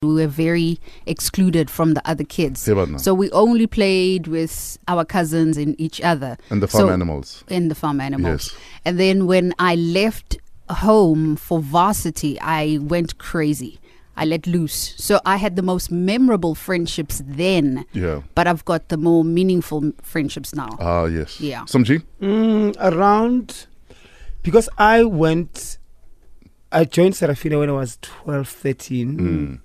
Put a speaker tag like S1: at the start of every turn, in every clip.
S1: We were very excluded from the other kids.
S2: Hey, Batna.
S1: So we only played with our cousins and each other.
S2: And the farm
S1: So-
S2: animals.
S1: In the farm animals.
S2: Yes.
S1: And then when I left home for varsity, I went crazy. I let loose. So I had the most memorable friendships then,
S2: Yeah.
S1: but I've got the more meaningful m- friendships now.
S2: Ah, yes.
S1: Yeah.
S2: Somji?
S3: Mm, around because I went, I joined Serafina when I was 12,
S2: Mm,
S3: 13.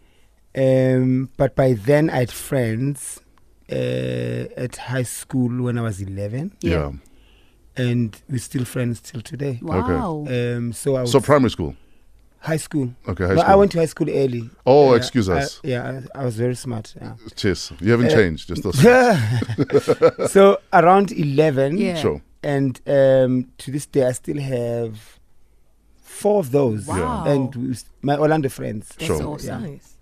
S3: Um, but by then I had friends uh, at high school when I was 11,
S1: yeah.
S3: and we're still friends till today.
S1: Wow.
S3: Um, so I was
S2: So primary school.
S3: high school.
S2: Okay, high
S3: No, I
S2: school.
S3: went to high school early.
S2: Oh,
S3: Uh,
S2: excuse
S3: I-
S2: us.
S3: yeah, I, I was very smart. Yeah.
S2: Cheers. You haven't
S3: Uh,
S2: changed. Just those.
S3: so around 11,
S1: Yeah.
S2: Sure.
S3: and um, to this day I still have four of those.
S1: Wow.
S3: And we s- my Orlando friends.
S2: That's Sure.
S1: awesome.
S4: Nice.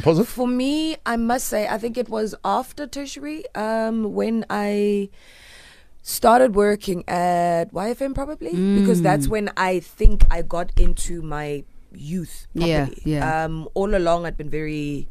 S2: Positive?
S4: For me, I must say, I think it was after tertiary um, when I started working at YFM probably because that's when I think I got into my youth.
S1: Yeah,
S4: Properly.
S1: yeah.
S4: Um, all along, I'd been very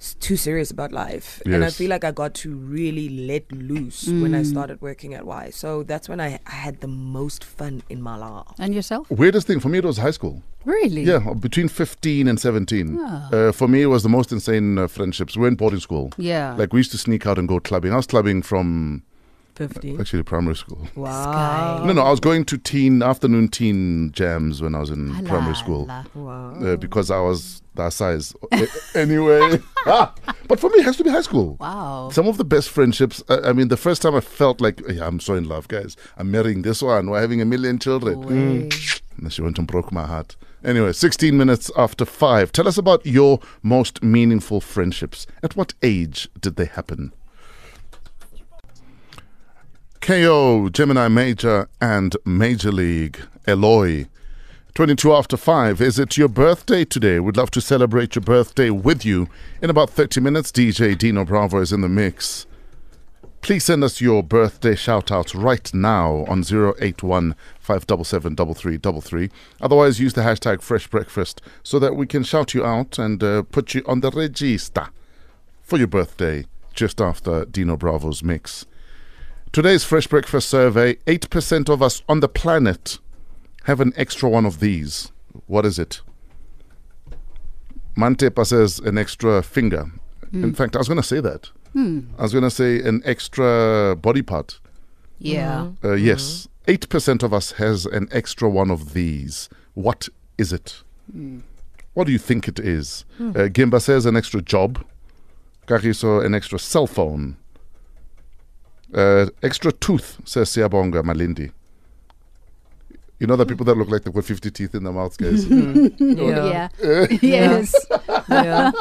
S4: s- too serious about life, and I
S2: Yes.
S4: feel like I got to really let loose when I started working at Y. So that's when I, I had the most fun in my life.
S1: And yourself?
S2: Weirdest thing for me, it was high school.
S1: Really? Ah. Oh.
S2: Yeah, between 15 and 17. Uh, for me, it was the most insane uh, friendships. We were in boarding school.
S1: Yeah.
S2: Like, we used to sneak out and go clubbing. I was clubbing from
S4: Fifteen.
S2: actually primary school.
S4: Wow.
S1: Oh.
S2: No, no, I was going to teen, afternoon teen jams when I was in
S1: Ah, La,
S2: primary school.
S1: la.
S4: Wow.
S2: Uh, because I was that size. A- anyway. Ah, but for me, it has to be high school.
S1: Wow.
S2: Some of the best friendships. I, I mean, the first time I felt like, "Hey, I'm so in love, guys. I'm marrying this one. We're having a million children. And she went and broke my heart. Anyway, 16 minutes after five. Tell us about your most meaningful friendships. At what age did they happen? KO, Gemini Major, and Major League, Eloy. 22 after 5. Is it your birthday today? We'd love to celebrate your birthday with you. In about 30 minutes, DJ Dino Bravo is in the mix. Please send us your birthday shout out right now on 081 577 3333. Otherwise, use the hashtag Fresh Breakfast so that we can shout you out and uh, put you on the register for your birthday just after Dino Bravo's mix. Today's Fresh Breakfast survey 8% of us on the planet have an extra one of these. What is it? Mantepa says an extra finger. In fact, I was going to say that.
S1: Hmm.
S2: I was going to say an extra body part.
S4: Mm-hmm.
S1: Yeah.
S2: Uh, Yes, 8% of us has an extra one of these. What is it? What do you think it is? Uh, Gimba says an extra job. Kariso, an extra cell phone. Uh, extra tooth, says Siabonga Malindi. You know the people that look like they've got 50 teeth in their mouths, guys?
S3: Mm-hmm.
S1: Yeah. yes.
S4: yeah.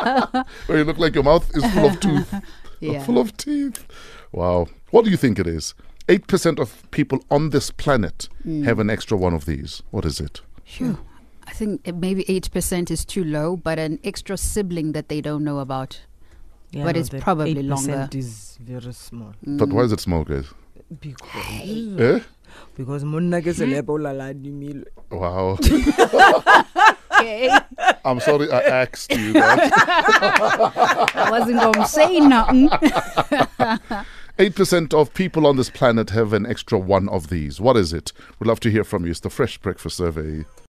S2: Or you look like your mouth is full of tooth.
S1: Yeah.
S2: Full of teeth. Wow. What do you think it is? 8% of people on this planet
S1: Hmm.
S2: have an extra one of these. What is it?
S1: Mm. Phew. I think it- maybe 8% is too low, but an extra sibling that they don't know about.
S4: Yeah,
S1: But
S4: no,
S1: it's
S4: that
S1: probably
S4: 8%
S1: longer.
S4: is very small
S2: But
S1: Mm.
S2: why is it small, guys?
S4: because
S2: Eh?
S4: because monna ke
S1: Hmm?
S4: selebo la la dimilwe
S2: Wow.
S1: Okay.
S2: I'm sorry I asked you that.
S1: I wasn't going to say nothing.
S2: 8% of people on this planet have an extra one of these. What is it? We'd love to hear from you. It's the Fresh Breakfast Survey.